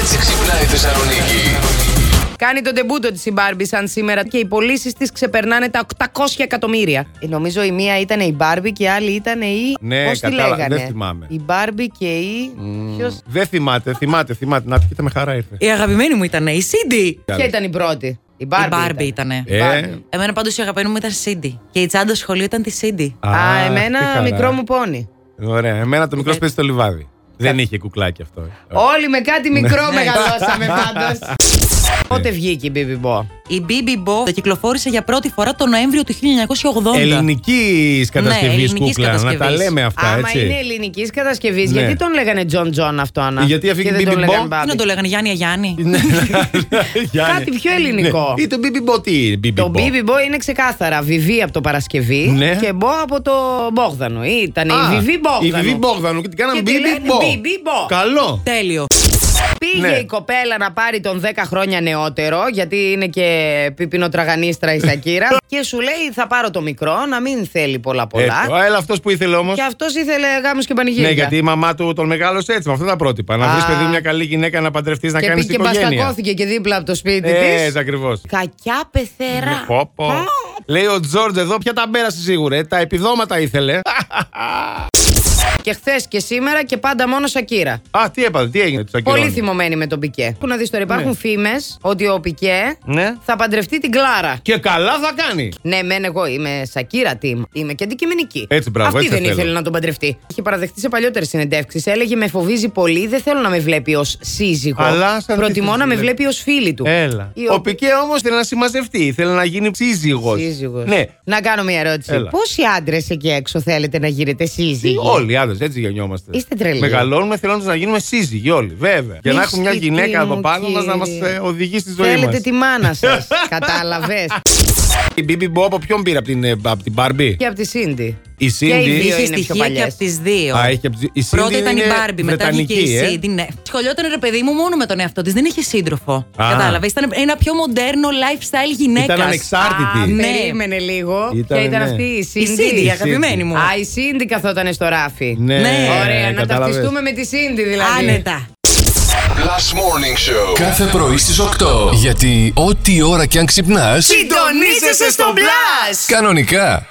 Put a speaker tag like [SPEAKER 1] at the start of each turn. [SPEAKER 1] έτσι ξυπνάει η Θεσσαλονίκη.
[SPEAKER 2] Κάνει τον τεμπούτο της η Μπάρμπι σαν σήμερα και οι πωλήσεις της ξεπερνάνε τα 800 εκατομμύρια. Ε, νομίζω η μία ήταν η Μπάρμπι και η άλλη ήταν η.
[SPEAKER 3] Ναι,
[SPEAKER 2] Πώς τη
[SPEAKER 3] κατάλαβα,
[SPEAKER 2] λέγανε.
[SPEAKER 3] δεν θυμάμαι.
[SPEAKER 2] Η Μπάρμπι και η. Ποιος...
[SPEAKER 3] Δεν θυμάται, θυμάται, θυμάται. Να πείτε με χαρά ήρθε.
[SPEAKER 4] Η αγαπημένη μου ήταν η Σίντι.
[SPEAKER 2] Ποια ήταν η πρώτη. Η
[SPEAKER 4] Η
[SPEAKER 2] Μπάρμπι.
[SPEAKER 4] Μπάρμπι ήταν.
[SPEAKER 3] Ε,
[SPEAKER 4] Εμένα πάντως η αγαπημένη μου ήταν Σίντι. Και η τσάντα στο σχολείο ήταν τη Σίντι.
[SPEAKER 2] Α,
[SPEAKER 3] τι
[SPEAKER 2] εμένα
[SPEAKER 3] χαρά.
[SPEAKER 2] μικρό μου Ε, πόνι.
[SPEAKER 3] Ωραία, εμένα το μικρό παίζει στο λιβάδι. Δεν είχε κουκλάκι αυτό.
[SPEAKER 2] Όλοι με κάτι
[SPEAKER 3] Ναι.
[SPEAKER 2] μικρό μεγαλώσαμε πάντως. Πότε βγήκε η BB Bo.
[SPEAKER 4] Η BB Bo το κυκλοφόρησε για πρώτη φορά το Νοέμβριο του 1980.
[SPEAKER 3] Ελληνική κατασκευής
[SPEAKER 4] ελληνικής
[SPEAKER 3] κούκλα, να τα
[SPEAKER 4] κατασκευής.
[SPEAKER 3] λέμε αυτά,
[SPEAKER 2] Ναι, Άμα
[SPEAKER 3] έτσι.
[SPEAKER 2] είναι ελληνικής κατασκευής,
[SPEAKER 3] Ναι. Ε,
[SPEAKER 2] γιατί τον λέγανε John John αυτό, Ανά.
[SPEAKER 3] Γιατί αυτή
[SPEAKER 2] και
[SPEAKER 3] η
[SPEAKER 2] δεν
[SPEAKER 3] BB
[SPEAKER 2] τον
[SPEAKER 3] Bo,
[SPEAKER 2] λέγανε
[SPEAKER 3] τι
[SPEAKER 4] Τι να
[SPEAKER 2] Barbie.
[SPEAKER 4] το λέγανε Γιάννη Αγιάννη.
[SPEAKER 3] Ναι, Γιάννη.
[SPEAKER 2] Κάτι πιο ελληνικό.
[SPEAKER 3] Ναι. Ή το BB Bo, τι BB
[SPEAKER 2] Το
[SPEAKER 3] Bo.
[SPEAKER 2] BB Bo είναι ξεκάθαρα Βιβί από το Παρασκευή
[SPEAKER 3] Ναι.
[SPEAKER 2] και Μπο από το Μπόγδανο. Ήταν η
[SPEAKER 3] Α,
[SPEAKER 2] Βιβί
[SPEAKER 3] Η
[SPEAKER 2] Μπόγδανο.
[SPEAKER 3] BB Μπόγδανο και την κάναμε
[SPEAKER 2] Και τη λένε
[SPEAKER 3] BB Bo.
[SPEAKER 2] BB Bo.
[SPEAKER 3] Καλό.
[SPEAKER 4] Τέλειο.
[SPEAKER 2] Πήγε
[SPEAKER 3] Ναι.
[SPEAKER 2] η κοπέλα να πάρει τον 10 χρόνια νεότερο, γιατί είναι και πιπινοτραγανίστρα η Σακύρα. και σου λέει: Θα πάρω το μικρό, να μην θέλει πολλά-πολλά.
[SPEAKER 3] Ε, Έλα αυτός που ήθελε όμως.
[SPEAKER 2] και αυτός ήθελε γάμους και πανηγύρια.
[SPEAKER 3] Ναι, γιατί η μαμά του τον μεγάλωσε έτσι, με αυτά τα πρότυπα. Να βρει
[SPEAKER 2] Α.
[SPEAKER 3] παιδί μια καλή γυναίκα να παντρευτείς, να
[SPEAKER 2] και
[SPEAKER 3] κάνεις
[SPEAKER 2] πήγε και
[SPEAKER 3] οικογένεια.
[SPEAKER 2] μπαστακώθηκε και δίπλα από το σπίτι
[SPEAKER 3] Έτσι
[SPEAKER 2] της.
[SPEAKER 3] ακριβώς.
[SPEAKER 2] Κακιά πεθερά.
[SPEAKER 3] Ναι, Πω, πω. Λέει ο Τζόρτζ εδώ πια τα πέρασε σίγουρα. ε, Τα επιδόματα ήθελε.
[SPEAKER 2] και χθες και σήμερα και πάντα μόνο Σακύρα.
[SPEAKER 3] Α, τι έπαθε, τι έγινε. τους
[SPEAKER 2] Πολύ
[SPEAKER 3] ακυρώνει.
[SPEAKER 2] θυμωμένη με τον Πικέ. Που να δεις τώρα, υπάρχουν φήμες φήμες ότι ο Πικέ
[SPEAKER 3] Ναι.
[SPEAKER 2] θα παντρευτεί την Κλάρα.
[SPEAKER 3] Και καλά θα κάνει.
[SPEAKER 2] Ναι, μεν εγώ είμαι Σακύρα team. Είμαι και αντικειμενική.
[SPEAKER 3] Έτσι, μπράβο,
[SPEAKER 2] Αυτή
[SPEAKER 3] έτσι
[SPEAKER 2] δεν
[SPEAKER 3] θέλω.
[SPEAKER 2] ήθελε να τον παντρευτεί. Είχε παραδεχτεί σε παλιότερες συνεντεύξεις. Έλεγε Με φοβίζει πολύ, δεν θέλω να με βλέπει ως σύζυγο.
[SPEAKER 3] Αλλά σαν
[SPEAKER 2] Προτιμώ
[SPEAKER 3] τι
[SPEAKER 2] να με
[SPEAKER 3] βλέπει.
[SPEAKER 2] βλέπει ως φίλη του.
[SPEAKER 3] Έλα.
[SPEAKER 2] Η
[SPEAKER 3] Ο
[SPEAKER 2] οποία-
[SPEAKER 3] Πικέ όμως θέλει να συμμαζευτεί, ήθελε να γίνει σύζυγος.
[SPEAKER 2] Σύζυγος.
[SPEAKER 3] Ναι.
[SPEAKER 2] Να κάνω μια ερώτηση.
[SPEAKER 3] Έλα.
[SPEAKER 2] Πόσοι άντρες εκεί έξω θέλετε να γίνετε σύζυγοι.
[SPEAKER 3] Τι, όλοι οι άντρες, έτσι γεννιόμαστε.
[SPEAKER 2] Είστε τρελοί.
[SPEAKER 3] Μεγαλώνουμε θέλοντας να γίνουμε σύζυγοι όλοι, βέβαια. Για να
[SPEAKER 2] Μη
[SPEAKER 3] έχουμε μια
[SPEAKER 2] σπίτι
[SPEAKER 3] γυναίκα
[SPEAKER 2] μου,
[SPEAKER 3] εδώ πάνω μας να μας
[SPEAKER 2] κύριε.
[SPEAKER 3] οδηγεί στη ζωή
[SPEAKER 2] Θέλετε
[SPEAKER 3] μας.
[SPEAKER 2] τη μάνα σας. Κατάλαβες.
[SPEAKER 3] Η Μπίμπι Μπό από ποιον πήρε, από την, ε, από την Μπάρμπι.
[SPEAKER 2] Και από τη Σίντι.
[SPEAKER 3] Η
[SPEAKER 2] οι
[SPEAKER 3] Σίντι.
[SPEAKER 2] δύο
[SPEAKER 4] Είχε
[SPEAKER 2] είναι πιο
[SPEAKER 4] στοιχεία και
[SPEAKER 2] παλιές.
[SPEAKER 4] από τις δύο.
[SPEAKER 3] Α, έχει από τη- η
[SPEAKER 4] Πρώτα
[SPEAKER 3] Cindy
[SPEAKER 4] ήταν η
[SPEAKER 3] είναι
[SPEAKER 4] Μπάρμπι, μετά βγήκε η
[SPEAKER 3] Βρετανική, ε.
[SPEAKER 4] Σίντι. Ναι. Σχολιόταν ρε παιδί μου μόνο με τον εαυτό της. Δεν είχε σύντροφο.
[SPEAKER 3] Α.
[SPEAKER 4] Κατάλαβες. Ήταν ένα πιο μοντέρνο lifestyle γυναίκας.
[SPEAKER 3] Ήταν ανεξάρτητη.
[SPEAKER 4] ναι.
[SPEAKER 2] Περίμενε λίγο.
[SPEAKER 3] Ήταν,
[SPEAKER 2] Ποια ήταν
[SPEAKER 3] ναι.
[SPEAKER 2] αυτή η
[SPEAKER 4] Η
[SPEAKER 2] Σίντι.
[SPEAKER 4] Σίντι, η
[SPEAKER 3] Cindy.
[SPEAKER 4] αγαπημένη μου.
[SPEAKER 2] Α, η Σίντι καθότανε στο ράφι.
[SPEAKER 4] Ναι.
[SPEAKER 2] Ωραία, να
[SPEAKER 3] κατάλαβες.
[SPEAKER 2] ταυτιστούμε με τη Σίντι δηλαδή.
[SPEAKER 4] Άνετα.
[SPEAKER 1] Last Morning Show.
[SPEAKER 5] Κάθε πρωί στις 8. Γιατί ό,τι ώρα κι αν ξυπνάς,
[SPEAKER 2] Συντονίζεσαι στο μπλα!
[SPEAKER 5] κανονικά.